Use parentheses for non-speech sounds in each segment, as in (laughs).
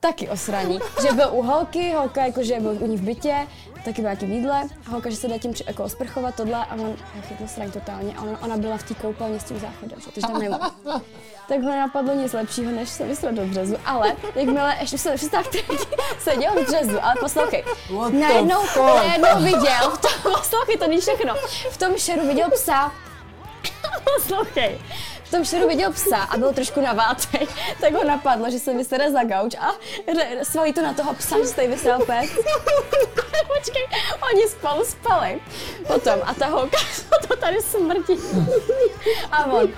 taky osraní, že byl u holky, holka jakože byl u ní v bytě, taky byl nějaký výdle, a holka, že se dá tím či- jako osprchovat tohle a on ho chytl sraň totálně a ona, ona byla v té koupelně s tím záchodem, že, takže tam nemohla. Tak ho nenapadlo nic lepšího, než se vyslat do březu, ale jakmile ještě se přestávte, seděl v březu, ale poslouchej, What the najednou, fuck? najednou viděl, v tom, poslouchej, to není všechno, v tom šeru viděl psa, Poslouchej. V tom šeru viděl psa a byl trošku navátej, (laughs) tak ho napadlo, že se vysere za gauč a re- svalí to na toho psa, že se jí vysral pes. Počkej, oni spolu spali. Potom a ta holka, (laughs) to tady smrdí. A on,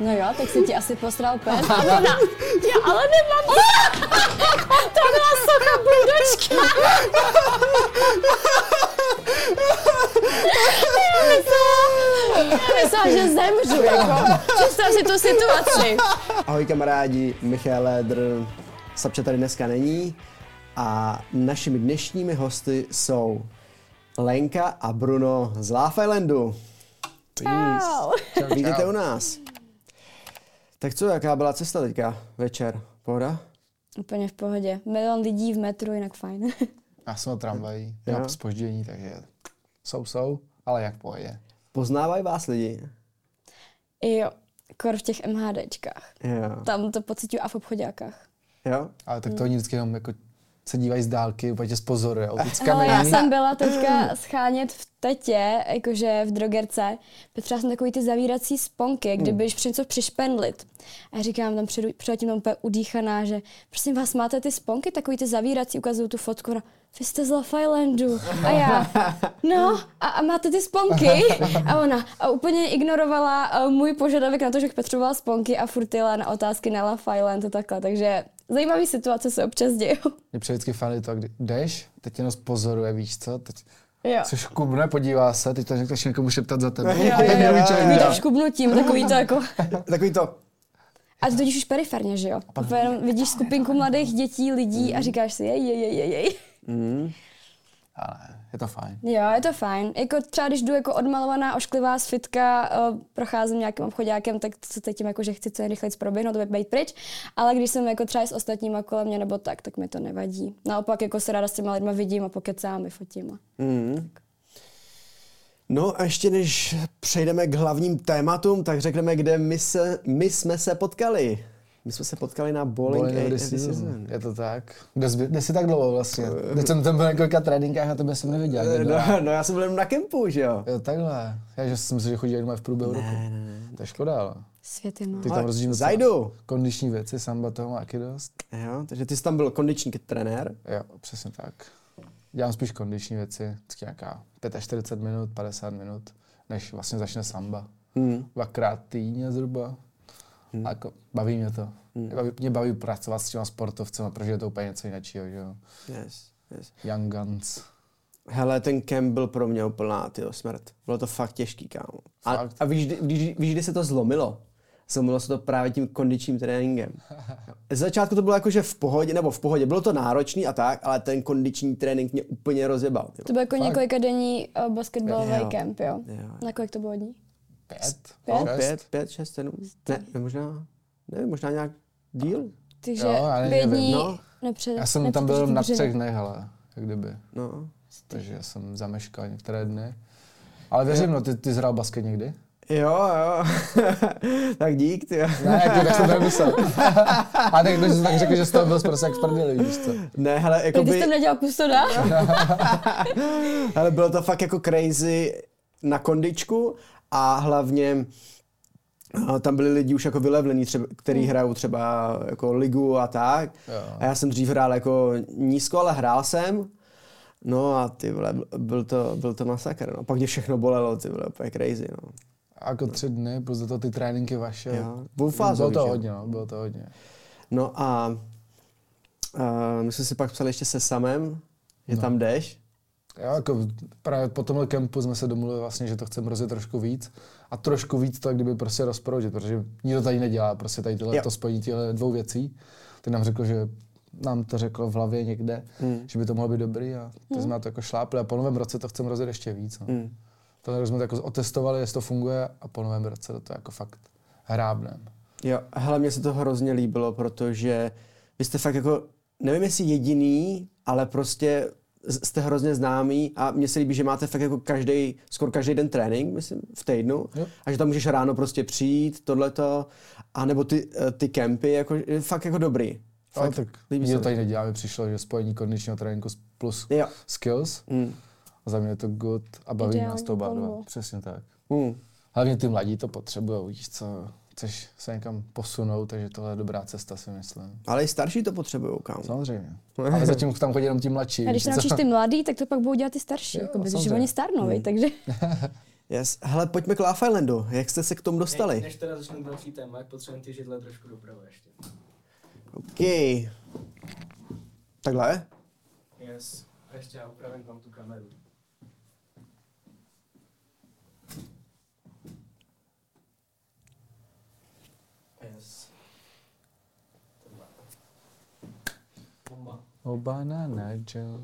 No jo, tak se ti asi posral pes. A ona, já ale nemám (laughs) To byla socha bludočka. Já myslela- já Myslela, že zemřu, jako. Představ si tu situaci. Ahoj kamarádi, Michal Edr, Sapča tady dneska není a našimi dnešními hosty jsou Lenka a Bruno z Laugh Islandu. Au. Vítejte u nás. Tak co, jaká byla cesta teďka večer? Pohoda? Úplně v pohodě. Milion lidí v metru, jinak fajn. Já jsem na tramvají, já Jo. mám spoždění, takže jsou, jsou, ale jak v pohodě. Poznávají vás lidi? Jo, kor v těch MHDčkách. Jo. Tam to pocituju a v obchodákách. jo? Ale tak to Hmm. oni vždycky jenom jako se dívají z dálky, úplně (laughs) tě spozoruje, utícká Ale No, já není. jsem byla teďka schánět v tetě, jakože v drogerce. Potřeba jsem takový ty zavírací sponky, kde budeš při něco přišpendlit. A já říkám tam před, předtím tam úplně udýchaná, že prosím vás, máte ty sponky, takový ty zavírací, ukazují tu fotku. No, vy jste z Love Islandu. A já, no, a, a máte ty sponky? A ona a úplně ignorovala uh, můj požadavek na to, že potřebovala sponky a furt jela na otázky na Love Island a takhle. Takže zajímavé situace se občas dějou. Mě přijde vždycky fajn to, kdy jdeš, teď jenom spozoruje, víš co, teď Jo. se škubne, podívá se, teď to začne někomu šeptat za tebe. Jo, Ten (laughs) jo, druhý jo, člověk jo. Takový dá. to škubnutím, takový to jako... Takový to. A to totiž už periferně, že jo? Úplně jenom vidíš skupinku mladých dětí, lidí a říkáš si jej, jej, jej, jej, jej. Ale je to fajn. Jo, je to fajn. Jako třeba když jdu jako odmalovaná, ošklivá z fitka, eh, procházím nějakým obchodákem, tak se cítím jako, že chci co nejrychleji proběhnout, to být pryč. Ale když jsem jako třeba i s ostatníma kolem mě nebo tak, tak mi to nevadí. Naopak jako se ráda s těma lidma vidím a pokecám, vyfotím. a- Mm. No a ještě než přejdeme k hlavním tématům, tak řekneme, kde my, se, my jsme se potkali. My jsme se potkali na Bowling, Bowling A- of the of the season. Season. Je to tak. Kde jsi, byl- kde jsi tak dlouho vlastně? Teď jsem tam byl na několika tréninkách a tebe jsem neviděl. ani dva. (laughs) No, no, já jsem byl jenom na kempu, že jo? Jo, takhle. Já že jsem si že chodí jenom v průběhu roku. To je škoda, ale. Svět je malý. Ty Ale tam rozdíš docela zajdu. Kondiční věci, samba toho má taky dost. Jo, takže ty jsi tam byl kondiční trenér. Jo, přesně tak. Dělám spíš kondiční věci, vždycky nějaká 45 minut, 50 minut, než vlastně začne samba. Hmm. Dvakrát týdně zhruba. A jako, baví mě to. Mě baví, mě baví pracovat s těma sportovcema, protože je to úplně něco jiného, že jo. Yes, yes. Young Guns. Hele, ten kemp byl pro mě úplná tyjo, smrt. Bylo to fakt těžký, kámo. A, Fakt? a víš, kdy- víš, víš, kdy se to zlomilo? Zlomilo se to právě tím kondičním tréninkem. Z začátku to bylo jakože v pohodě, nebo v pohodě, bylo to náročný a tak, ale ten kondiční trénink mě úplně rozjebal. tyjo. To byl jako několika denní basketbalový Jo. kemp, jo? Jo, jo. Na kolik to bylo dní? Pět? No, Šest? pět, pět, šest, sedm, ne, ne, možná, nevím, možná nějak díl. Takže Jo, ale pět nevím, dní no. nepřed, Já jsem tam byl na třech dnech, ale jak kdyby. No. Takže jsem zameškal některé dny. Ale věřím, no, ty, ty zhrál basket někdy? Jo, jo, (laughs) tak dík, ty. Ne, (laughs) jako, tak jsem to nemyslel. A tak, když jsi tak řekl, že jsi tam byl prostě jak v prdeli, víš co? Ne, hele, Jakoby... Ty jakoby, jsi tam nedělal kustoda? Ale bylo to fakt jako crazy na kondičku a hlavně a tam byli lidi už jako vylevlení, třeba, který hrajou třeba jako ligu a tak. Jo. A já jsem dřív hrál jako nízko, ale hrál jsem. No a ty vole, byl to, byl to masakr, no. Pak mě všechno bolelo, ty vole, úplně crazy, no. A jako tři dny, plus do toho ty tréninky vaše. Jo. Dvoufázový, Bylo že to jo? hodně, no, bylo to hodně. No a, a my jsme si pak psali ještě se samem, že tam jdeš. Jo, jako právě po tomhle kempu jsme se domluvili vlastně, že to chceme rozjet trošku víc a trošku víc to jak kdyby prostě rozproudit, protože nikdo tady nedělá prostě tady tyhle, Jo. to spojení těchto dvou věcí. Ty nám řekl, že nám to řekl v hlavě někde, že by to mohlo být dobrý a to jsme na to jako šlápli a po novém roce to chceme rozjet ještě víc. No. To jsme to jako otestovali, jestli to funguje a po novém roce to jako fakt hrábnem. Jo, hele, mně se to hrozně líbilo, protože vy jste fakt jako nevím jestli jediný, ale prostě z- jste hrozně známý a mně se líbí, že máte fakt jako každý, skoro každý den trénink, myslím, v týdnu Jo. a že tam můžeš ráno prostě přijít, tohleto, a nebo ty, eh, ty kempy, jako, je fakt jako dobrý. Ale Fakt, tak líbí nikdo se. mi. tady nedělá, mi přišlo, že spojení kondičního tréninku s- plus Jo. skills. Mm. A za mě je to good a baví Ideální nás to oba dva. kombo. Přesně tak. Mm. Hlavně ty mladí to potřebují, víš co, chceš se někam posunout, takže tohle je dobrá cesta, si myslím. Ale i starší to potřebují, kámo. (laughs) Samozřejmě. Ale zatím tam chodí jenom ti mladší. A když víš co? naučíš ty mladý, tak to pak budou dělat ty starší, Jo, jako protože samozřejmě. Hmm. oni stárnou, mm. takže Yes. Hele, pojďme k Love Islandu. Jak jste se k tomu Ne, dostali? než teda začnu další téma, jak potřebujeme ty židle trošku doprava ještě. OK. Takhle? Yes. A ještě já upravím tam tu kameru. Yes. Bomba. Bomba. O Oh, banana Joe.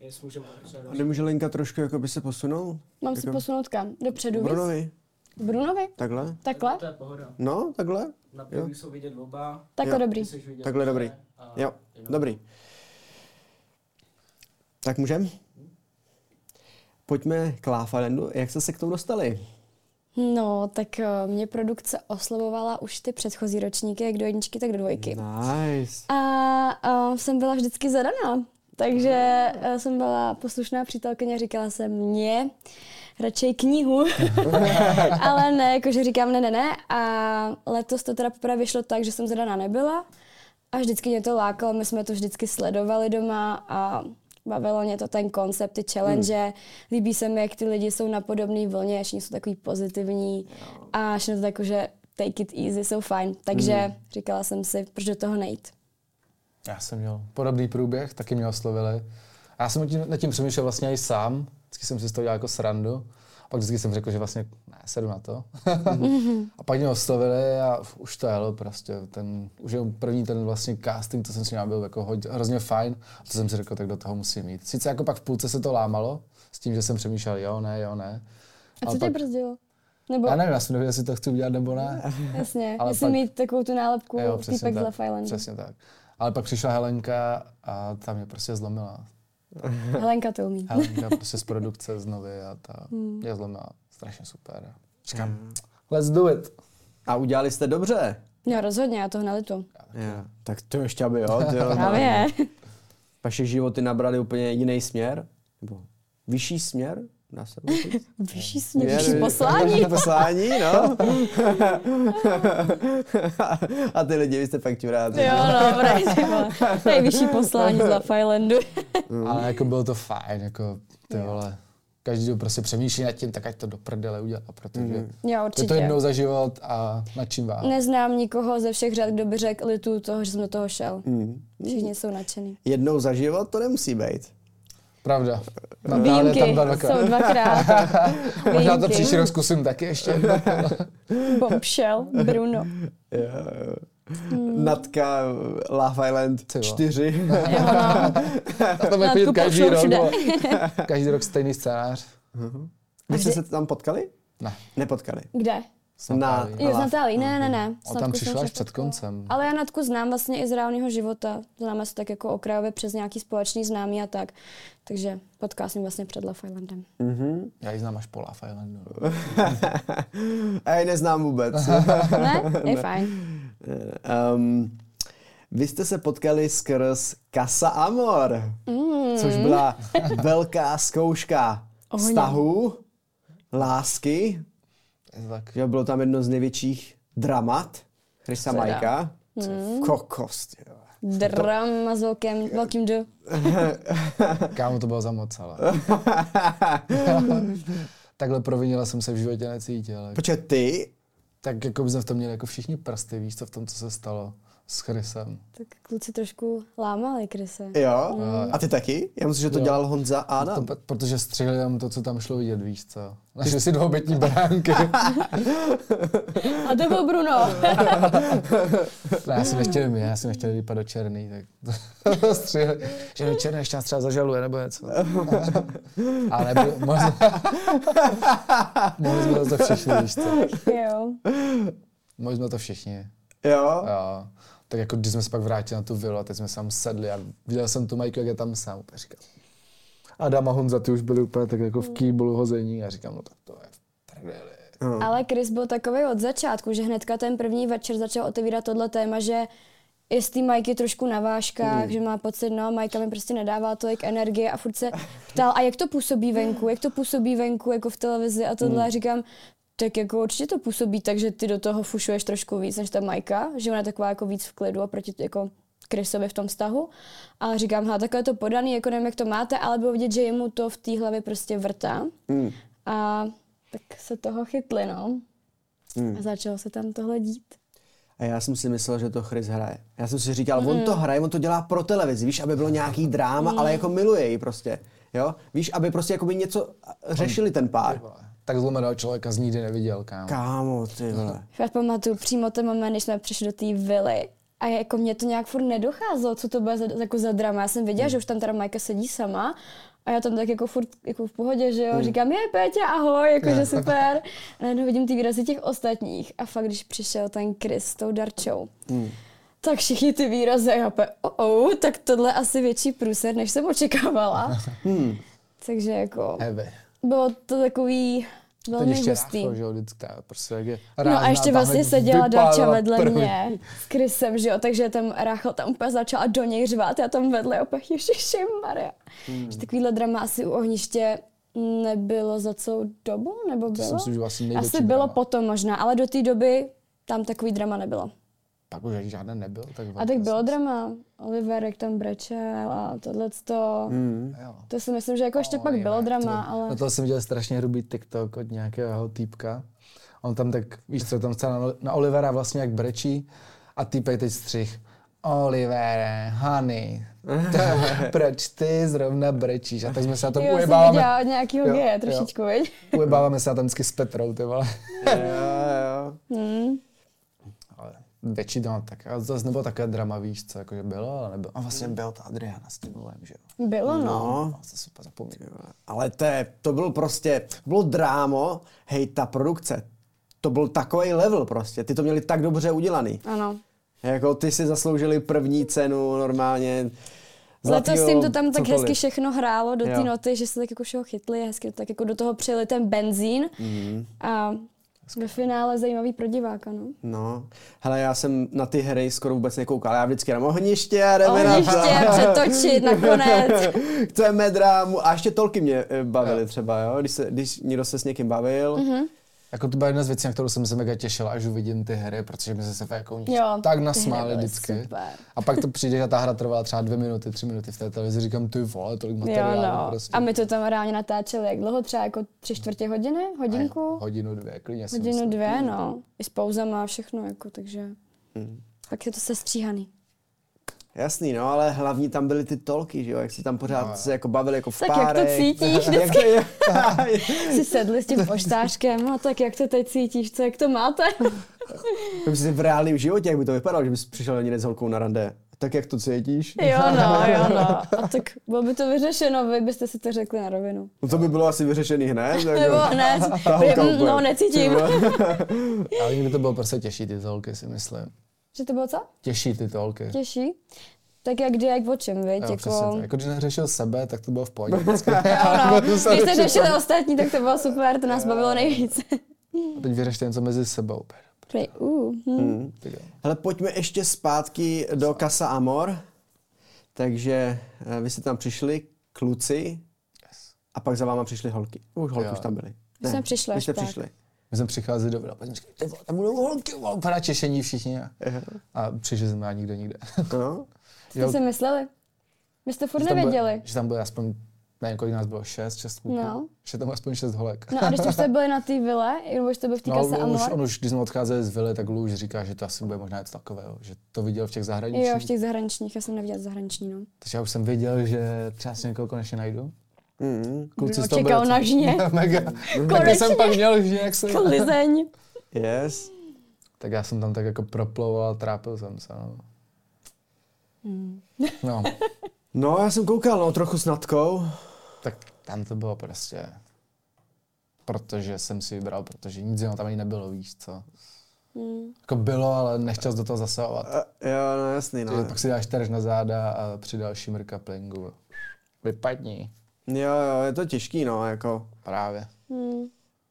Yes, můžeme pokračovat. A nemůže Lenka trošku jako by se posunul? mám se Jako- posunout kam? Dopředu víc? Brunovi? Brunovi? Takhle? Takhle? To je pohoda. No, takhle? Na preview jsou vidět loba. Takhle Jo. dobrý. ty seš vidět Takhle lobe dobrý. a- Jo, dobrý. Tak můžem? Pojďme k Love Islandu. Jak jste se k tomu dostali? No, tak eh, mě produkce oslovovala už ty předchozí ročníky, jak do jedničky, tak do dvojky. Nice. A, eh, jsem byla vždycky zadaná. Takže eh, jsem byla poslušná přítelkyně, říkala jsem mě, radšej knihu. (laughs) Ale ne, jakože říkám ne, ne, ne. A letos to teda poprvé vyšlo tak, že jsem zadaná nebyla. A vždycky mě to lákalo, my jsme to vždycky sledovali doma a bavilo mě to ten koncept, ty challenge. Hmm. Líbí se mi, jak ty lidi jsou na podobné vlně, všichni jsou takový pozitivní a všechno to tak, jako, že take it easy, jsou fajn. Takže říkala jsem si, proč do toho nejít. Já jsem měl podobný průběh, taky mě oslovili. A já jsem nad tím, nad tím přemýšlel vlastně i sám, vždycky jsem si z toho dělal jako srandu. A pak vždycky jsem řekl, že vlastně ne, sedu na to. (laughs) a pak mě oslovili a f- už to jelo prostě. Ten, už jenom první ten vlastně casting, to jsem si měl, byl jako hodně, hrozně fajn. A to jsem si řekl, tak do toho musím jít. Sice jako pak v půlce se to lámalo, s tím, že jsem přemýšlel, jo, ne, jo, ne. A co Ale tě pak- brzdilo? Nebo, Já nevím, já jsem nevěděl, jestli to chci udělat nebo ne. jasně, ale jestli pak- mít takovou tu nálepku Jo, přesně týpek z tak, Love Islandu. Přesně tak. Ale pak přišla Helenka a ta mě prostě zlomila. Helenka to umí. (laughs) Helenka prostě z produkce znovu a ta Hmm. mě zlomila. Strašně super. Říkám, let's do it. A udělali jste dobře. No rozhodně, já to hnalitu. Jo. Tak to ještě by, jo. ty jo. Právě. Vaše životy nabrali úplně jiný směr? Nebo vyšší směr? Dá se to říct? Vyšší směr, vyšší poslání. Vyšší poslání, no. (laughs) A ty lidi, vy jste fakt čuráci. Jo, dobré, nejvyšší poslání z Love Islandu. Ale jako bylo to fajn, jako ty vole. Každý kdo prostě přemýšlí nad tím, tak ať to do prdele udělá, protože Jo, je to určitě. jednou za život a nad čím váhat. Neznám nikoho ze všech řad, kdo by řekl litu toho, že jsem do toho šel. Všichni jsou nadšený. Mm. Jednou za život to nemusí být. Pravda. Natália Výjimky no, tam byla dvakrát. jsou dvakrát. Možná to Výjimky. příští rok zkusím taky (laughs) ještě jednou. Bombshell, Bruno. Jo. Eh, Natka Love Island Ty jo. (laughs) 4. Jo, no. A to bude Natku chodit každý pošlou rok. všude. vole. (laughs) Každý rok stejný scénář. Vy jste A kdy- se tam potkali? Ne. Nepotkali. Kde? Snad Na- ne. Jo, s Love Natálí. Ne, ne, ne. S O, tam Natkou přišla jsem se až před potkala. koncem. Ale já Natku znám vlastně i z reálného života. Známe se tak jako okrajově přes nějaký společný známý a tak. Takže potkala jsem ji vlastně před Love Islandem. Já ji znám až po Love Islandu. A (laughs) já neznám (laughs) vůbec. Ne? Je fajn. um, vy jste se potkali skrz Casa Amor, Mm. což byla velká zkouška Ohně. vztahu, lásky, Je to tak. Jo, bylo tam jedno z největších dramat Chrisa Teda. Majka. Mm. Kokos, ty (laughs) jo. Drama s velkým, velkým D. Kámo, to bylo za moc, ale. Takhle provinila jsem se v životě necítil. Jako. Počkej, ty? Tak jako by jsme v tom měli jako všichni prsty, víš co, v tom, co se stalo s Chrisem. Tak kluci trošku lámali kryse. Jo? A ty taky? Já myslím, že to Jo. dělal Honza a To, Adam. p- protože střihli jenom to, co tam šlo vidět, víš co. Našli si dvoubětní bránky. A to byl Bruno. Ne, já si nechtěl mě, já si nechtěl vypadat do černý, tak to (laughs) střihli. Že do černý ještě nás třeba zažaluje nebo něco. Ale by, možná, (laughs) mohli jsme to všichni, víš co. jo. Mohli jsme to všichni. Jo? Jo. Tak jako když jsme se pak vrátili na tu vilu a teď jsme se tam sedli a viděl jsem tu Majku, jak je tam sám, úplně říkal. Adam a Honza, ty už byli úplně tak jako v kýblu hození a říkám, no tak to je v prdeli. Ale Chris byl takový od začátku, že hnedka ten první večer začal otevírat tohle téma, že je z té Majky trošku na váškách, mm. že má pocit, no, Majka mi prostě nedává tolik energie a furt se ptal, a jak to působí venku, jak to působí venku, jako v televizi a tohle. Mm. A říkám, tak jako určitě to působí tak, že ty do toho fušuješ trošku víc než ta Majka, že ona je taková jako víc v klidu a proti jako Chrisovi v tom vztahu. A říkám, ha, takhle je to podaný, jako nevím, jak to máte, ale bylo vidět, že jemu to v té hlavě prostě vrtá. Mm. A tak se toho chytli, no. Mm. A začalo se tam tohle dít. A já jsem si myslel, že to Chris hraje. Já jsem si říkal, on to hraje, on to dělá pro televizi, víš, aby bylo nějaký dráma, ale jako miluje ji prostě. Jo? Víš, aby prostě jakoby něco řešili ten pár. Tak zlomeného člověka z nikdy neviděl, kámo. Kámo, ty vole. Já pamatuju přímo ten moment, když jsme přišli do té vily a jako mě to nějak furt nedocházelo, co to bude za, jako za drama. Já jsem Hmm. věděla, že už tam teda Majka sedí sama a já tam tak jako furt jako v pohodě, že Hmm. jo, říkám, je Pétě, ahoj, jako že (laughs) super. A najednou vidím ty výrazy těch ostatních a fakt, když přišel ten Chris s tou Darčou, Hmm. tak všichni ty výrazy, a já pe, oh, oh, tak tohle asi větší průser, než jsem (laughs) očekávala. Hmm. Takže jako, Hebe. bylo to takový Teď velmi ještě hustý. rácho, že jo, vždycky ta prostě jak je No rázná, a ještě tahle vlastně seděla vypálila Darča vedle první. mě s Chrisem, že jo, takže ten Ráchel tam úplně začala do něj řvát, já tam vedle opět ještě Maria. Hmm. Že takovýhle drama asi u ohniště nebylo za celou dobu, nebo bylo? si myslím, že vlastně největší asi bylo drama. potom možná, ale do té doby tam takový drama nebylo. Pak už ani žádné nebyl. Tak vlastně A tak bylo drama. Oliver, jak tam brečel a tohle to. Jo. To si myslím, že jako ještě pak Oliver, bylo drama, to- ale... Na Hmm. No to jsem viděl strašně hrubý TikTok od nějakého týpka. On tam tak, víš co, tam se na, na Olivera vlastně jak brečí a týpek teď střih. Olivere, honey, to- proč ty zrovna brečíš? A tak jsme se na tom jo, jsem ujebáváme. viděla od nějakého Jo, geje jo. trošičku, viď? Ujebáváme se na tom vždycky s Petrou, ty vole. Jo, jo. Ale větší doma tak. A zase nebylo takové drama, víš co, jakože bylo, ale nebylo. A vlastně byl ta Adriana s tím volem, že jo. Bylo, no. No, A se super ty zapomněl. vole. ale to, je, to bylo prostě, to bylo drámo, hej, ta produkce, to byl takový level prostě, ty to měli tak dobře udělaný. Ano. Jako ty si zasloužili první cenu normálně. Letos zlatýho, jim to tam tak cokoliv. hezky všechno hrálo do té Jo. noty, že se tak jako všeho chytli, hezky tak jako do toho přijeli ten benzín mm. a ve finále zajímavý pro diváka, no. No, hele, já jsem na ty hry skoro vůbec nekoukal. Já vždycky jenom ohniště, jdeme na Ohniště, (laughs) přetočit nakonec. Chceme drámu. A ještě tolky mě eh, bavily třeba, jo? Když, se, když někdo se s někým bavil. Mhm. Mm-hmm. Jako to byla jedna z věcí, na kterou jsem se mega těšil, až uvidím ty hry, protože my jsme se fakt jako níž Jo, tak ty nasmáli hry byly vždycky. super. A pak to přijde a ta hra trvala třeba dvě minuty, tři minuty v té televizi, říkám, ty vole, tolik Jo, materiálu no. prostě. A my to tam reálně natáčeli, jak dlouho? Třeba jako tři čtvrtě hodiny? Hodinku? Hodinu, dvě, klidně si Hodinu, myslím. dvě, no. I s pauzama a všechno, jako, takže... Pak je to sestříhaný. Jasný, no, ale hlavní tam byly ty tolky, že jo? Jak se tam pořád no. se jako bavili jako v Tak jak to párech. cítíš (laughs) jak to je? Si sedli s tím poštářkem, no tak jak to teď cítíš, co, jak to máte? Myslím si v reálném životě, jak by to vypadalo, že bys přišel někde s holkou na rande. Tak jak to cítíš? jo, no, jo, no. A tak bylo by to vyřešeno, vy byste si to řekli na rovinu. No to by bylo asi vyřešený hned. (laughs) jako- Nebo (laughs) ne, Ta holka mm, úplně. no necítím. Ty vole. Ale někdy to bylo prostě těžší ty holky, si myslím. (laughs) Že to bylo co? Těžší ty holky. Těžší? Tak jak kdy, jak o čem, viď? Jo, přesně jako... tak. jako když neřešil sebe, tak to bylo v (laughs) pohodě. (laughs) Jo, no. Když jste řešili ostatní, tak to bylo super, to nás bavilo nejvíc. A teď vyřešte něco mezi sebou. (laughs) Prej, uh, Hmm. hm. Tak jo. Hele, pojďme ještě zpátky do Casa Amor. Takže eh, vy jste tam přišli, kluci, a pak za váma přišly holky. Už holky Jo. už tam byly. My jsme přišli Vy až jste pak. přišli. My jsme přicházeli do vila, paní říkali, "Ty vole, tam budou holky, vole, úplně na Češení všichni. A, a přišli jsme a nikdo nikde. No. jste si mysleli? My jste furt Že tam nevěděli. Bude, že tam bude aspoň, nevím, kolik nás bylo, šest, šest kluků. No. Že tam bude aspoň šest holek. No a když už jste byli na té vile, nebo už jste byli v té kase on, No, už, Amor, on už, když jsme odcházeli z vily, tak Lou už říká, že to asi bude možná něco takového, že to viděl v těch zahraničních. jo, v těch zahraničních, já jsem neviděla zahraniční, no. Takže já už jsem věděl, že třeba si někoho konečně najdu. Mm. Kluci Kdo z toho čekal byli- na (laughs) žně? Mega. (laughs) Taky jsem pak měl žně, jak se... Klizeň. Yes. Tak já jsem tam tak jako proploval, trápil jsem se. No. Hmm. no, No, já jsem koukal, no, trochu s Natkou. tak tam to bylo prostě, protože jsem si vybral, protože nic jiného tam ani nebylo, víš co. Hmm. Jako bylo, ale nechtěl jsi do toho zasahovat. A, jo, no jasný, no. Takže pak si dáš terž na záda a při dalším rkaplingu. Vypadni. Jo, jo, je to těžký, no, jako. Právě.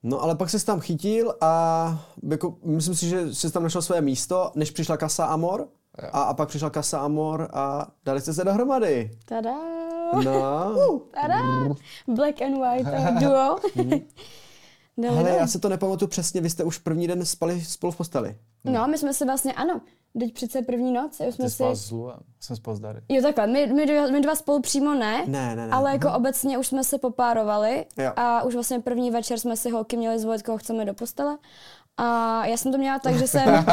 No ale pak se tam chytil a jako, myslím si, že jsi tam našel své místo, než přišla Kasa Amor. Jo. A, a pak přišla Kasa Amor a dali jste se dohromady. Tada. (laughs) No. Tada. Black and white eh, duo. (laughs) Dali Hele, dole. já si to nepamatuju přesně, vy jste už první den spali spolu v posteli. No, my jsme si vlastně, ano, teď přece první noc, jo, jsme Ty si... spal s Luem. Jsem spal s Dary. Jo, takhle, my, my, dva, my dva spolu přímo ne, Ne, ne, ne. ale jako obecně už jsme se popárovali Jo. a už vlastně první večer jsme si holky měli zvolit, koho chceme do postele. A já jsem to měla tak, že (laughs) jsem,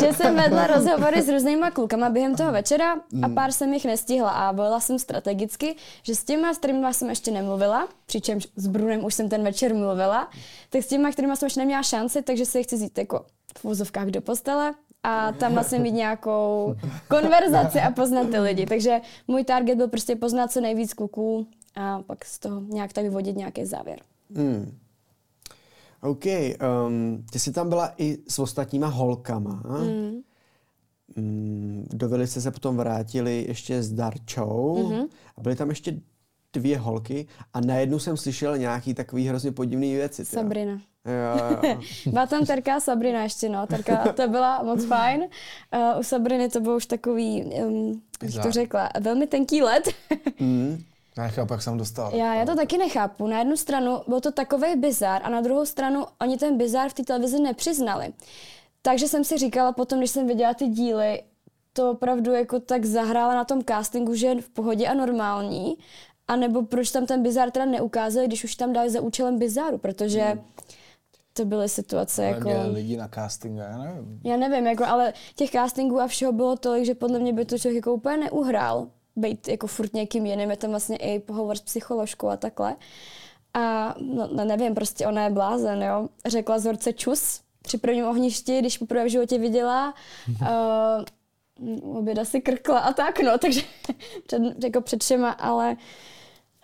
že jsem vedla rozhovory s různýma klukama během toho večera Mhm. a pár jsem jich nestihla a volila jsem strategicky, že s těma, s kterýma jsem ještě nemluvila, přičemž s Brunem už jsem ten večer mluvila, tak s těma, kterýma jsem ještě neměla šanci, takže si je chci zít jako v vozovkách do postele a tam vlastně mít nějakou konverzaci a poznat ty lidi. Takže můj target byl prostě poznat co nejvíc kluků a pak z toho nějak tak vyvodit nějaký závěr. Hmm. OK, um, ty jsi tam byla i s ostatníma holkama. Mm. Mm, dovili jste se potom vrátili ještě s Darčou mm-hmm. a byly tam ještě dvě holky a najednou jsem slyšel nějaký takový hrozně podivný věci. tyjo. Sabrina. Jo, (laughs) jo. Byla tam Terka a Sabrina ještě, no. Terka, to byla moc fajn. Uh, u Sabriny to bylo už takový, um, jak bych to Bizár. řekla, velmi tenký let. Mm. Já nechápu, jak jsem dostal. já, já to taky nechápu. Na jednu stranu byl to takový bizár a na druhou stranu oni ten bizár v té televizi nepřiznali. Takže jsem si říkala potom, když jsem viděla ty díly, to opravdu jako tak zahrála na tom castingu, že je v pohodě a normální. A nebo proč tam ten bizár teda neukázali, když už tam dali za účelem bizáru, protože to byly situace Ale jako... Mě lidi na castingu, já nevím. Já nevím, jako, ale těch castingů a všeho bylo tolik, že podle mě by to člověk jako úplně neuhrál. Být jako furt někým jiným, je tam vlastně i pohovor s psycholožkou a takhle. A no, no, nevím, prostě ona je blázen, jo. Řekla Zorce čus při prvním ohništi, když poprvé v životě viděla. Uh, oběda si krkla a tak, no, takže před, jako před všema, ale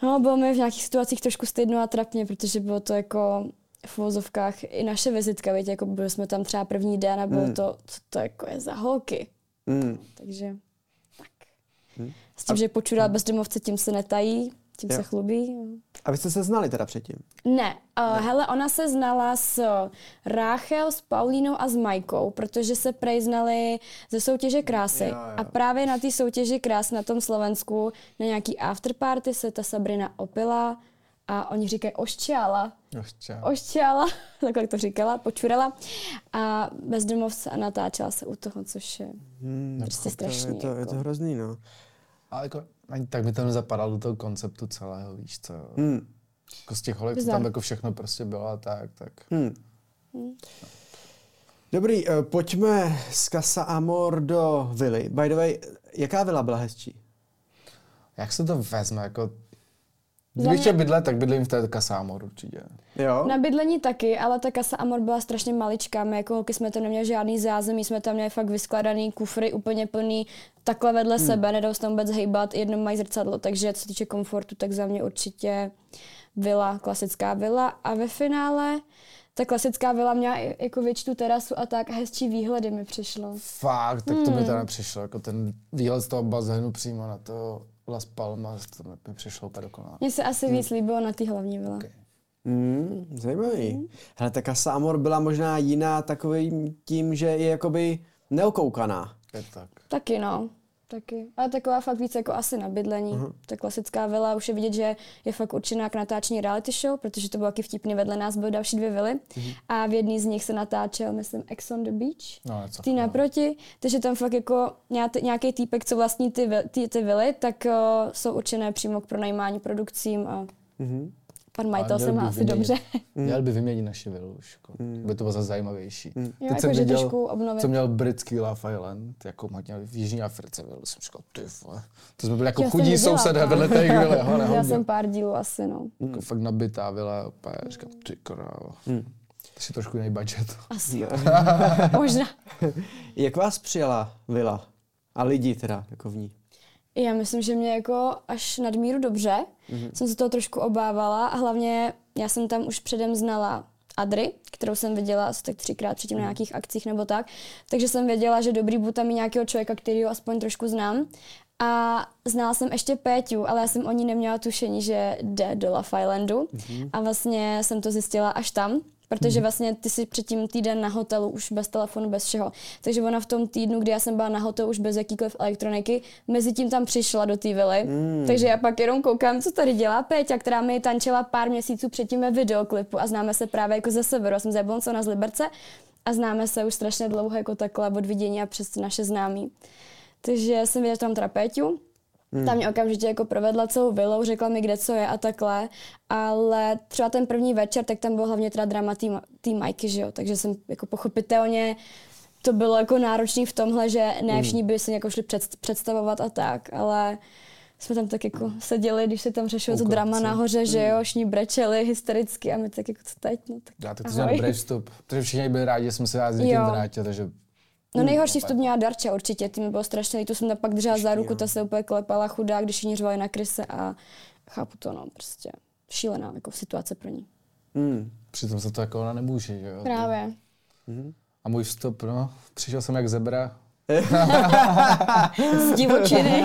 no, bylo mi v nějakých situacích trošku stydno a trapně, protože bylo to jako v vozovkách i naše vizitka, víte, jako byli jsme tam třeba první den a bylo to, co to jako je za holky. Mm. Takže tak. S tím, že počurá bezdomovce, tím se netají, tím Jo. se chlubí. no. jo. A vy jste se znali teda předtím? Ne, uh, hele, ona se znala s Ráchel, s Paulínou a s Majkou, protože se prej znali ze soutěže krásy. Jo, jo. A právě na té soutěži krás na tom Slovensku, na nějaký afterparty se ta Sabrina opila a oni říkají ošťála Jo, čau. ošťála, (laughs) takhle to říkala, počurala a bezdomovce a natáčela se u toho, což je Mm. prostě strašný. je, to, je to jako. hrozný, no. Ale jako, ani tak mi to nezapadalo do toho konceptu celého, víš co. jo. Mm. Jako z těch holek, co Bizar. tam jako všechno prostě bylo a tak, tak. Hmm. Dobrý, eh, pojďme z Casa Amor do vily. By the way, jaká vila byla hezčí? Jak se to vezme, jako... Za Kdybych mě- chtěl bydlet, tak bydlím v té kasámor určitě. Jo? Na bydlení taky, ale ta kasa Amor byla strašně maličká. My jako holky jsme tam neměli žádný zázemí, jsme tam měli fakt vyskladaný kufry úplně plný takhle vedle hmm. sebe, nedou se tam vůbec hejbat, jedno mají zrcadlo, takže co se týče komfortu, tak za mě určitě vila, klasická vila a ve finále ta klasická vila měla i- jako větší tu terasu a tak a hezčí výhledy mi přišlo. Fakt, tak to Hmm. mi teda nepřišlo. Jako ten výlet z toho bazénu přímo na to Las Palmas, to mi mi přišlo úplně dokonalé. Mně se asi víc líbilo na té hlavní vile. Okay. Mm, zajímavý. Hele, ta Casa Amor byla možná jiná takovým tím, že je jakoby neokoukaná. Je tak. Taky no, taky. Ale taková fakt víc jako asi na bydlení. Mhm. Uh-huh. Ta klasická vila, už je vidět, že je fakt určená k natáčení reality show, protože to bylo taky vtipný, vedle nás byly další dvě vily Mhm. uh-huh. a v jedné z nich se natáčel, myslím, Ex on the Beach. No, ale co? Ty naproti, takže tam fakt jako nějaký týpek, co vlastní ty, vi- ty, ty vily, tak uh, jsou určené přímo k pronajímání produkcím a Mhm. pan majitel se má asi dobře. Měl by vyměnit naši vilu už, jako. by to bylo zase zajímavější. Mm. Jo, (laughs) jako, že trošku obnovit. co měl britský Love Island, jako měl v Jižní Africe vilu, jsem říkal, ty vole. To jsme byli jako Já jsem chudí viděla, sousedé no. (laughs) vedle té vily, ho Já nehodně. jsem pár dílů asi, no. Jako fakt nabitá vila, úplně říkám, ty krávo. Mm. Asi trošku (laughs) jiný budget. Asi (laughs) jo. Možná. Jak vás přijala vila? A lidi teda, jako v ní. Já myslím, že mě jako až nadmíru dobře. Mm-hmm. Jsem se toho trošku obávala a hlavně já jsem tam už předem znala Adry, kterou jsem viděla asi tak třikrát předtím na nějakých akcích nebo tak. Takže jsem věděla, že dobrý buď tam je nějakého člověka, který ho aspoň trošku znám. A znala jsem ještě Péťu, ale já jsem o ní neměla tušení, že jde do Love Islandu. A vlastně jsem to zjistila až tam, protože vlastně ty si předtím týden na hotelu už bez telefonu, bez všeho. Takže ona v tom týdnu, kdy já jsem byla na hotelu už bez jakýkoliv elektroniky, mezi tím tam přišla do té vily. Takže já pak jenom koukám, co tady dělá Péťa, která mi tančila pár měsíců předtím ve videoklipu a známe se právě jako ze severu. Já jsem ze Boncona z Liberce a známe se už strašně dlouho jako takhle od vidění a přes naše známí. Takže jsem viděla že tam teda Péťu, tam mě okamžitě jako provedla celou vilou, řekla mi, kde co je a takhle. Ale třeba ten první večer, tak tam byl hlavně teda drama té Majky, že jo. Takže jsem jako pochopitelně to bylo jako náročný v tomhle, že ne všichni by se jako šli před, představovat a tak, ale jsme tam tak jako seděli, když se tam řešilo to Koukali drama se. nahoře, že jo, všichni brečeli hystericky a my tak jako co teď, no tak Já tak to ahoj. jsem dobrý vstup. Protože všichni byli rádi, že jsme se vás s někým Jo. vrátil, takže Mm. No nejhorší vstup měla Darča určitě, tím bylo strašný, tu jsem tam pak držela za no. ruku, ta se úplně klepala chudá, když ji řvali na kryse a chápu to, no prostě šílená jako situace pro ní. přitom se to jako ona nemůže, že jo. Právě. A můj vstup, no, přišel jsem jak zebra. Z divočiny.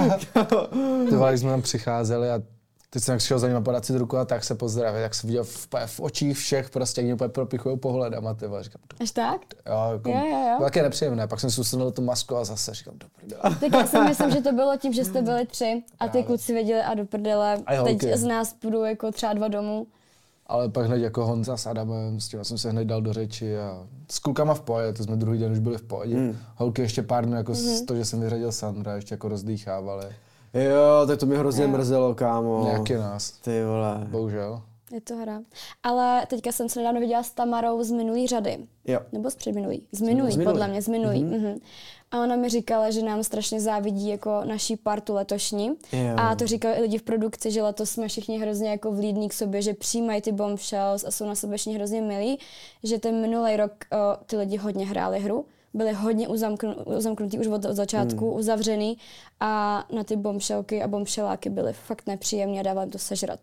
Ty vole, když jsme tam přicházeli a teď jsem jak šel za ním podat si ruku a tak se pozdravit, jak jsem viděl v, v očích všech, prostě jak mě úplně propichují pohledama, ty vole, říkám, Až tak? jo, jako, Jo, jo, jo. (laughs) bylo také nepříjemné, pak jsem si usunul tu masku a zase říkám, do prdele. Tak já si myslím, že to bylo tím, že jste byli tři a ty kluci věděli a do prdele, A jo, teď ok. z nás půjdou jako třeba dva domů. Ale pak hned jako Honza s Adamem, s tím jsem se hned dal do řeči a s klukama v pohodě, to jsme druhý den už byli v pohodě. Holky ještě pár dnů jako mm. to, že jsem vyřadil Sandra, ještě jako rozdýchávali. Jo, tak to mě hrozně mrzelo, kámo. Nějaký nás, Ty vole. bohužel. Je to hra. Ale teďka jsem se nedávno viděla s Tamarou z minulý řady. Jo. Mhm. Nebo z předminulý? Z minulý, minulý. podle mě, z minulý. Mm-hmm. A ona mi říkala, že nám strašně závidí jako naší partu letošní. Jo. A to říkali i lidi v produkci, že letos jsme všichni hrozně jako vlídní k sobě, že přijímají ty bombshells a jsou na sebe všichni hrozně milí, že ten minulý rok o, ty lidi hodně hráli hru, byli hodně uzamknu, uzamknutí už od, od začátku, Hmm. mm. uzavřený a na ty bombshellky a bombshelláky byly fakt nepříjemní a dávali jim to sežrat.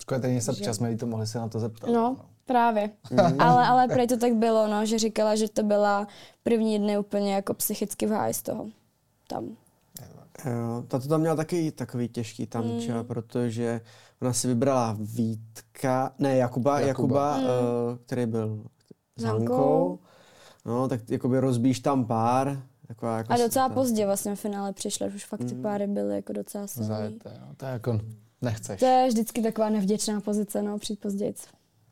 Škoda, tady se čas, jsme jí to mohli se na to Mhm. zeptat. No, právě. ale, ale prej to tak bylo, no, že říkala, že to byla první dny úplně jako psychicky v háji z toho. Tam. Jo, Eh, ta to tam měla taky takový těžký Hmm. tanče, mm. protože ona si vybrala Vítka, ne Jakuba, Jakuba, Hmm. Jakuba mm. který byl s Hankou. Hankou. No, tak jakoby rozbíš tam pár. Taková jako A docela ta- pozdě vlastně v finále přišla, že už fakt Mhm. ty páry byly jako docela silný. Zajeté, no, to je jako nechceš. To je vždycky taková nevděčná pozice, no, přijít později.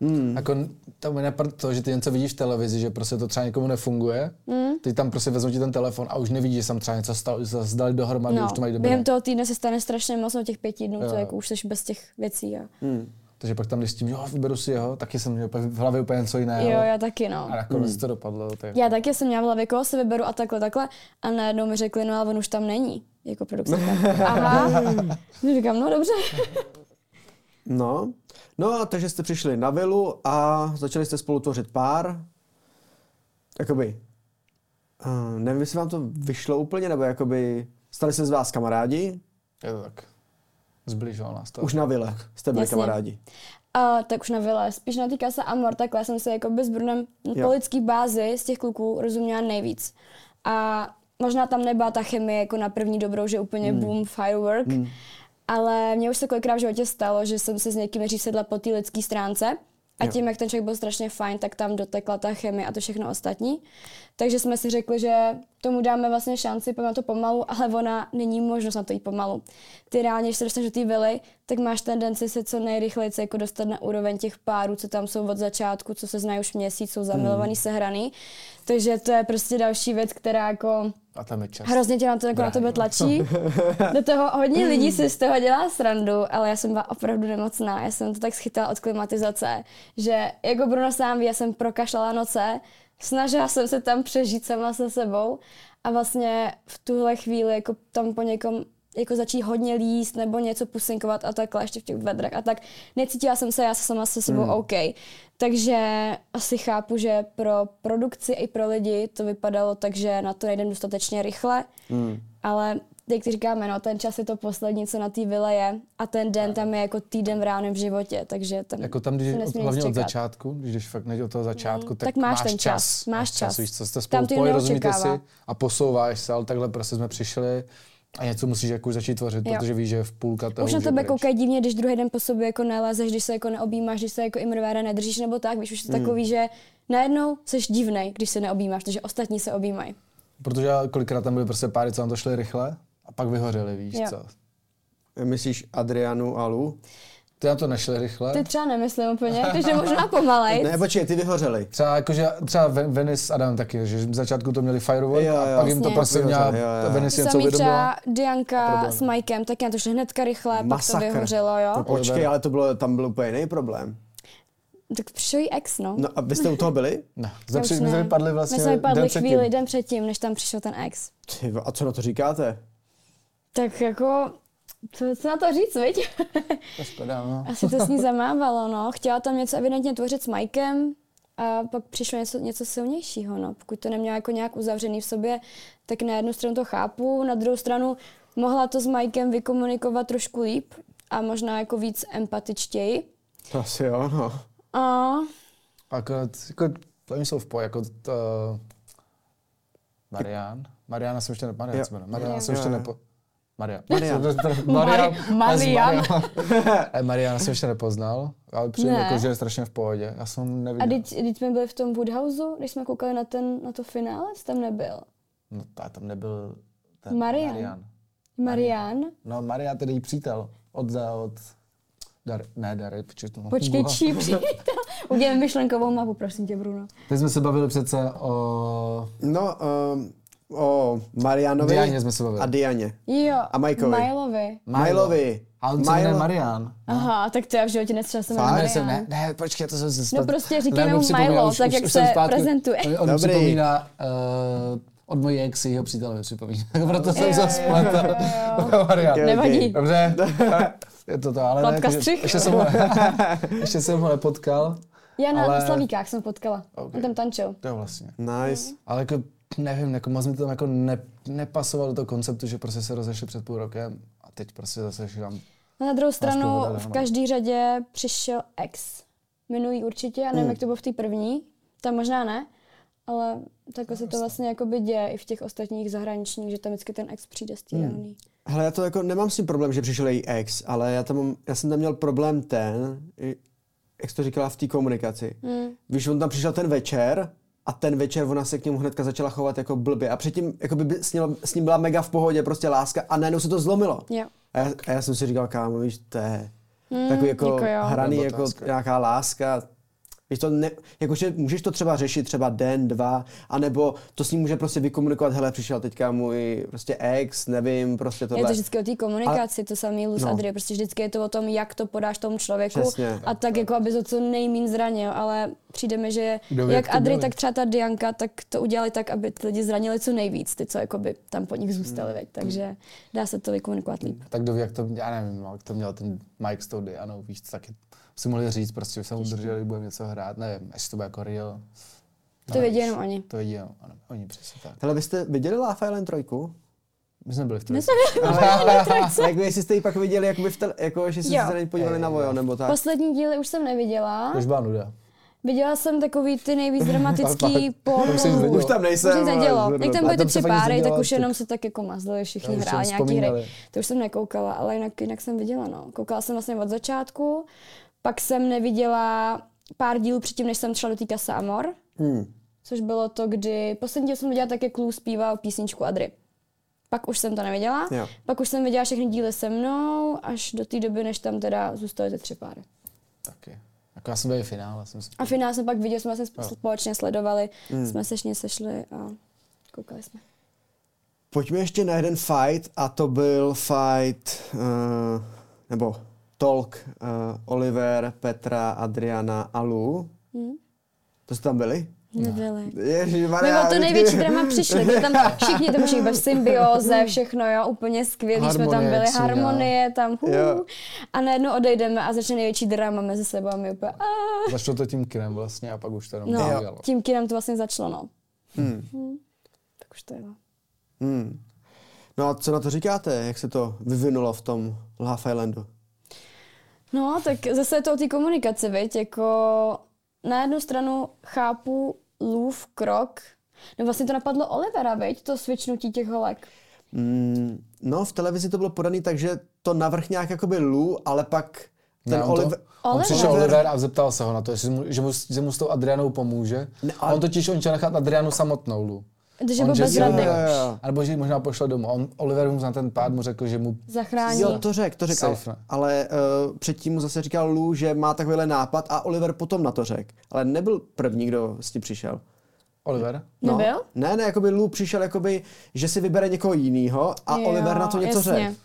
Hmm. Jako, to mi nepr- to, že ty něco vidíš v televizi, že prostě to třeba někomu nefunguje, Hmm. mm. ty tam prostě vezmou ti ten telefon a už nevidíš, že tam třeba něco stalo, že se zdali dohromady, No, už to mají dobré. během toho týdne se stane strašně moc no těch pěti dnů, to jako už jsi bez těch věcí. A... Takže pak tam, když s tím, jo, vyberu si jeho, taky jsem měl v hlavě úplně něco jiného. Jo, já taky, no. A nakonec to dopadlo. Tak... Já taky jsem měla v hlavě, koho se vyberu a takhle, takhle. A najednou mi řekli, no ale on už tam není, jako (laughs) producentka. Aha. No, říkám, no dobře. No. no, a takže jste přišli na vilu a začali jste spolu tvořit pár. Jakoby, uh, nevím, jestli vám to vyšlo úplně, nebo jakoby stali se z vás kamarádi, Je to tak. Zbližoval nás to. už na vile jste byli Jasně. kamarádi. A, tak už na vile. Spíš natýká se Amor, takhle jsem se jako by s Brunem Jo. po lidský bázi z těch kluků rozuměla nejvíc. A možná tam nebyla ta chemie jako na první dobrou, že úplně mm. boom, firework. Mm. Ale mně už se kolikrát v životě stalo, že jsem se s někým nejdřív sedla po té lidské stránce a Jo. tím, jak ten člověk byl strašně fajn, tak tam dotekla ta chemie a to všechno ostatní. Takže jsme si řekli, že tomu dáme vlastně šanci, pojďme na to pomalu, ale ona není možnost na to jít pomalu. Ty reálně, když se dostaneš do té vily, tak máš tendenci se co nejrychleji se jako dostat na úroveň těch párů, co tam jsou od začátku, co se znají už měsíc, jsou zamilovaný, sehraný. Takže to je prostě další věc, která jako A tam je čas. Hrozně tě na to jako na Drahý. tebe tlačí. Do toho hodně lidí si z toho dělá srandu, ale já jsem byla opravdu nemocná. Já jsem to tak schytala od klimatizace, že jako Bruno sám ví, já jsem prokašlala noce, snažila jsem se tam přežít sama se sebou a vlastně v tuhle chvíli jako tam po někom jako začít hodně líst nebo něco pusinkovat a takhle ještě v těch vedrech a tak. Necítila jsem se já sama se Hmm. sebou OK. Takže asi chápu, že pro Hmm. produkci i pro lidi to vypadalo tak, že na to nejdem dostatečně rychle, ale jak ty říkáme, no, ten čas je to poslední, co na té vile je a ten den tam je jako týden v reálném životě, takže ten Jako tam, když se jdeš od, nesmí nic hlavně od čekat. začátku, když jdeš fakt než od toho začátku, Mm, tak, tak máš ten čas, máš čas. Víš, co jste Tam spolu ty pojď, rozumíte si neočekává. a posouváš se, ale takhle prostě jsme přišli a něco musíš jako už začít tvořit, Jo. protože víš, že v půlka toho Už na už je tebe pryč. koukají divně, když druhý den po sobě jako nelezeš, když se jako neobjímáš, když se jako imrvára nedržíš nebo tak, víš, už Hmm. je to takový, že najednou jsi divnej, když se neobjímáš, takže ostatní se objímají. Protože já- kolikrát tam byly prostě páry, co nám to šly rychle a pak vyhořeli, víš Jo. co. Myslíš Adrianu a Lu? Ty na to nešli rychle. Ty třeba nemyslím úplně, takže možná pomalej. Ne, počkej, ty vyhořeli. Třeba jakože třeba Ven- Venice a Adam taky, že v začátku to měli firework Jo, a jo. pak jim to Jasně. prostě měla Jo, jo, jo. Venice něco Samý uvědomila. třeba Dianka s Mikem, tak já to šli hnedka rychle, Masakr. pak to vyhořelo, jo. No počkej, ale to bylo, tam byl úplně jiný problém. Tak přišel jí ex, no. No a vy jste u toho byli? Ne, Já už zapři, my ne. jsme vypadli vlastně My jsme vypadli den předtím. chvíli, den předtím, než tam přišel ten ex. Ty, vo- a co na to říkáte? Tak jako, co, co na to říct, viď? To je škoda, no. Asi to s ní zamávalo, no. Chtěla tam něco evidentně tvořit s Mikem a pak přišlo něco, něco silnějšího, no. Pokud to neměla jako nějak uzavřený v sobě, tak na jednu stranu to chápu, na druhou stranu mohla to s Mikem vykomunikovat trošku líp a možná jako víc empatičtěji. To asi jo, no. A Akorát, jako, oni jsou v poji, jako t, uh, Marian. Mariana jsem ještě ne... Marian, Jo. se jmenuje. Mariana Jo. jsem ještě Jo, jo. nepo... Marian. (laughs) Marian. Marian. Marian. Eh, Mariana jsem ještě nepoznal, ale přijde Ne. jako, že je strašně v pohodě. Já jsem A neviděl. teď, teď jsme byli v tom Woodhouseu, když jsme koukali na, ten, na to finále, co tam nebyl. No, ta, tam nebyl ten Marian. Marian. Marian. No, Marian tedy její přítel. Od, za- od Dary, ne Dary, počkej, no. Počkej, Boha. čí přítel. Udělej myšlenkovou mapu, prosím tě, Bruno. Teď jsme se bavili přece o... No, um, o Marianovi Dianě jsme se bavili. a Dianě. Jo, A Majkovi. Milovi. Milovi. A on se jmenuje Milo- Marian. Aha, tak to já v životě nestřela jsem Ale Marian. ne, jsem, ne, ne, počkej, to jsem si No spat- prostě Ne, říkejme mi mu připomíná, Milo, už- tak už- jak už jsem se zpátky. (laughs) prezentuje. On- On mi Dobrý. připomíná, uh, od mojí ex, jeho přítele mi připomíná. (laughs) Proto jsem jo, se spletl. Marian. Jo, Nevadí. Dobře, je to to, ale ne, Klapka jakože- střih. ještě, jsem ho, (laughs) ještě jsem ho nepotkal. Já na Ale- ale... Slavíkách jsem potkala. Ok. On tam tančil. To je vlastně. Nice. Ale jako, nevím, jako moc mi to tam jako ne, nepasovalo do toho konceptu, že prostě se rozešli před půl rokem a teď prostě zase že tam No na druhou stranu pohoda, v no. každý řadě přišel ex. Minulý určitě, já nevím, Hmm. jak to bylo v té první, tam možná ne, ale takhle se to vlastně jakoby děje i v těch ostatních zahraničních, že tam vždycky ten ex přijde z té hmm. Hele, já to jako nemám s tím problém, že přišel její ex, ale já, tam, mám- já jsem tam měl problém ten, i- jak jsi to říkala v té komunikaci. Hmm. Mm. Víš, on tam přišel ten večer a ten večer ona se k němu hnedka začala chovat jako blbě. A předtím jako by s, ním, s ním byla mega v pohodě, prostě láska a najednou se to zlomilo. Jo. A, já, a já jsem si říkal, kámo, víš, to je mm, takový jako, jako jo. hraný, Dobrá jako otázka. nějaká láska. Víš, to ne, jakože můžeš to třeba řešit třeba den, dva, anebo to s ním může prostě vykomunikovat, hele, přišel teďka můj prostě ex, nevím, prostě tohle. Je to vždycky o té komunikaci, to samý Luz No. no. Adrie, prostě vždycky je to o tom, jak to podáš tomu člověku Přesně. a tak jako, aby to co nejmín zranil, ale přijde mi, že Kdo ví, jak jak to Adri, měli. tak třeba ta Dianka, tak to udělali tak, aby ty lidi zranili co nejvíc, ty, co jakoby tam po nich zůstali, veď, takže dá se to vykomunikovat líp. Tak kdo ví, jak to, já nevím, no, jak to měl ten Mike s tou Dianou, víš, co, taky si mohli říct, prostě už se udrželi, budeme něco hrát, nevím, jestli to bude jako real. To vědí víš, jenom oni. To vědí jenom ano, oni, přesně tak. Hele, vy jste viděli Love Island 3? My jsme byli v tom. jako jestli jste ji pak viděli, jakoby v tele, jako, že jste Jo. se na ní podívali na vojo, nebo tak. Poslední díly už jsem neviděla. To už byla nuda. Viděla jsem takový ty nejvíc dramatický po (laughs) Už jsi zvedla. Už tam nejsem, Už nic ale nedělo. zvedla. Jak tam A byly ty tam tři se fakt nic páry, tak nedělo, už tak- jenom se tak jako mazlili, všichni Já už hráli jsem nějaký hry. vzpomínali. To už jsem nekoukala, ale jinak, jinak jsem viděla, no. Koukala jsem vlastně od začátku, pak jsem neviděla pár dílů předtím, než jsem šla do Týka Amor, Hmm. což bylo to, kdy poslední díl jsem viděla tak, jak Lou zpíval písničku Adry. Pak už jsem to neviděla, Jo. pak už jsem viděla všechny díly se mnou, až do té doby, než tam teda zůstaly ty tři páry. Taky. Jako já jsem byl i v finále, jsem si... A finál jsme pak viděli, jsme se No. společně sledovali, Hmm. jsme se šně sešli a koukali jsme. Pojďme ještě na jeden fight a to byl fight, uh, nebo talk uh, Oliver, Petra, Adriana a Lu. Hmm? To jste tam byli? Nebyli. Ježišmarja, Bylo to No. vždycky- největší (laughs) drama přišli, byli tam všichni, tam všichni byli v symbioze, všechno, jo, úplně skvělí jsme tam Harmonie, byli, jak jsou, harmonie tam, hu, Jo. a najednou odejdeme a začne největší drama mezi sebou a my úplně, aaa. Začalo to tím kinem vlastně a pak už to jenom No, běželo. tím kinem to vlastně začalo, no. Hmm. Tak už to je. no. Hmm. No a co na to říkáte, jak se to vyvinulo v tom Love Islandu? No, tak zase je to o té komunikaci, viď? Jako na jednu stranu chápu Lův krok, no vlastně to napadlo Olivera, viď? To switchnutí těch holek. Mm, no, v televizi to bylo podané tak, že to navrh nějak jakoby Lou, ale pak ten Ne, on, Oliver... to, on Oliver. přišel Oliver a zeptal se ho na to, jestli mu, že mu, s- že mu s tou Adrianou pomůže. Ne, Ne, ale- ale... On totiž on chtěl nechat Adrianu samotnou. Lu. Takže on, byl bezradný. Jo, jo, jo. Nebo že ji možná pošle domů. A On, Oliver mu na ten pád mu řekl, že mu Zachrání. Jo, to řek, to řekl. Safe, ne? Ale uh, předtím mu zase říkal Lou, že má takovýhle nápad a Oliver potom na to řekl. Ale nebyl první, kdo s tím přišel. No. Oliver. Nebyl? Ne, ne, jakoby Lou přišel, jakoby, že si vybere někoho jiného a jo, Oliver na to něco jasně. řekl.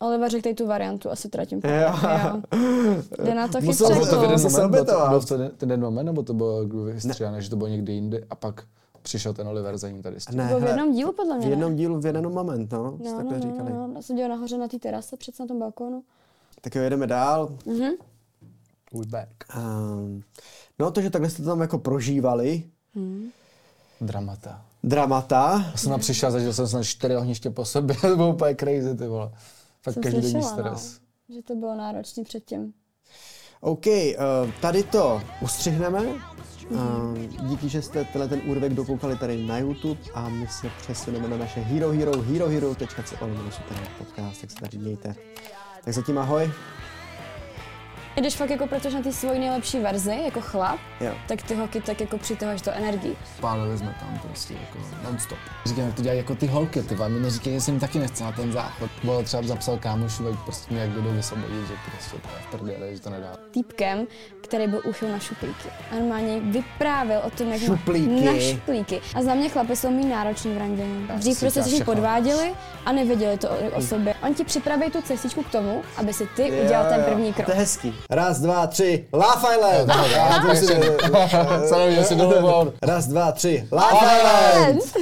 Oliver řekl tady tu variantu, asi tratím Jo. jo. Jde na to Musel chytře. jsem to to- v jeden se moment, bylo to, obětoval. bylo v ten, ten jeden moment, nebo to bylo vystřílené, že to bylo někdy jinde a pak přišel ten Oliver za ním tady s (laughs) tím. Ne, Bylo v hele, jednom dílu, podle mě, v jednom dílu, v jeden moment, no, no No, no, takhle no, říkali. no, no, já jsem dělal nahoře na té terase, přece na tom balkónu. Tak jo, jedeme dál. Mhm. We back. Um, no, to, že takhle jste to tam jako prožívali, Dramata. dramata, Já jsem tam přišel, zažil jsem snad čtyři ohniště po sobě, (laughs) to bylo úplně crazy, ty vole. Fakt Jsem každodenní slyšela, no, stres. že to bylo náročný předtím. OK, eh, tady to ustřihneme. Ehm, Díky, že jste tenhle ten úrvek dokoukali tady na YouTube a my se přesuneme na naše Hero Hero, herohero.co, nebo super podcast, tak se tady mějte. Tak zatím ahoj. I když fakt jako pracuješ na té svoji nejlepší verzi, jako chlap, Jo. tak ty holky tak jako přitahuješ to energii. Pálili jsme tam prostě jako non-stop. Říkám, jak to dělají jako ty holky, ty vole, mi neříkej, jestli jim taky nechce na ten záchod. Bylo třeba zapsal kámošu, ať prostě nějak jdou vysvobodit, že prostě to je v prdele, že to nedá. týpkem, který byl uchyl na šuplíky. A normálně vyprávěl o tom, jak má- Šuplíky. na šuplíky. A za mě chlapy jsou mý nároční v randění. Tak Dřív si jako prostě říkáš všichni všechno. podváděli a nevěděli to o, o sobě. On ti připraví tu cestičku k tomu, aby si ty udělal ten první krok. To je hezký. Raz, dva, tři, Love Island! (laughs) (laughs) Já to si... Co nevím, jestli to bylo. Raz, dva, tři, Love Island!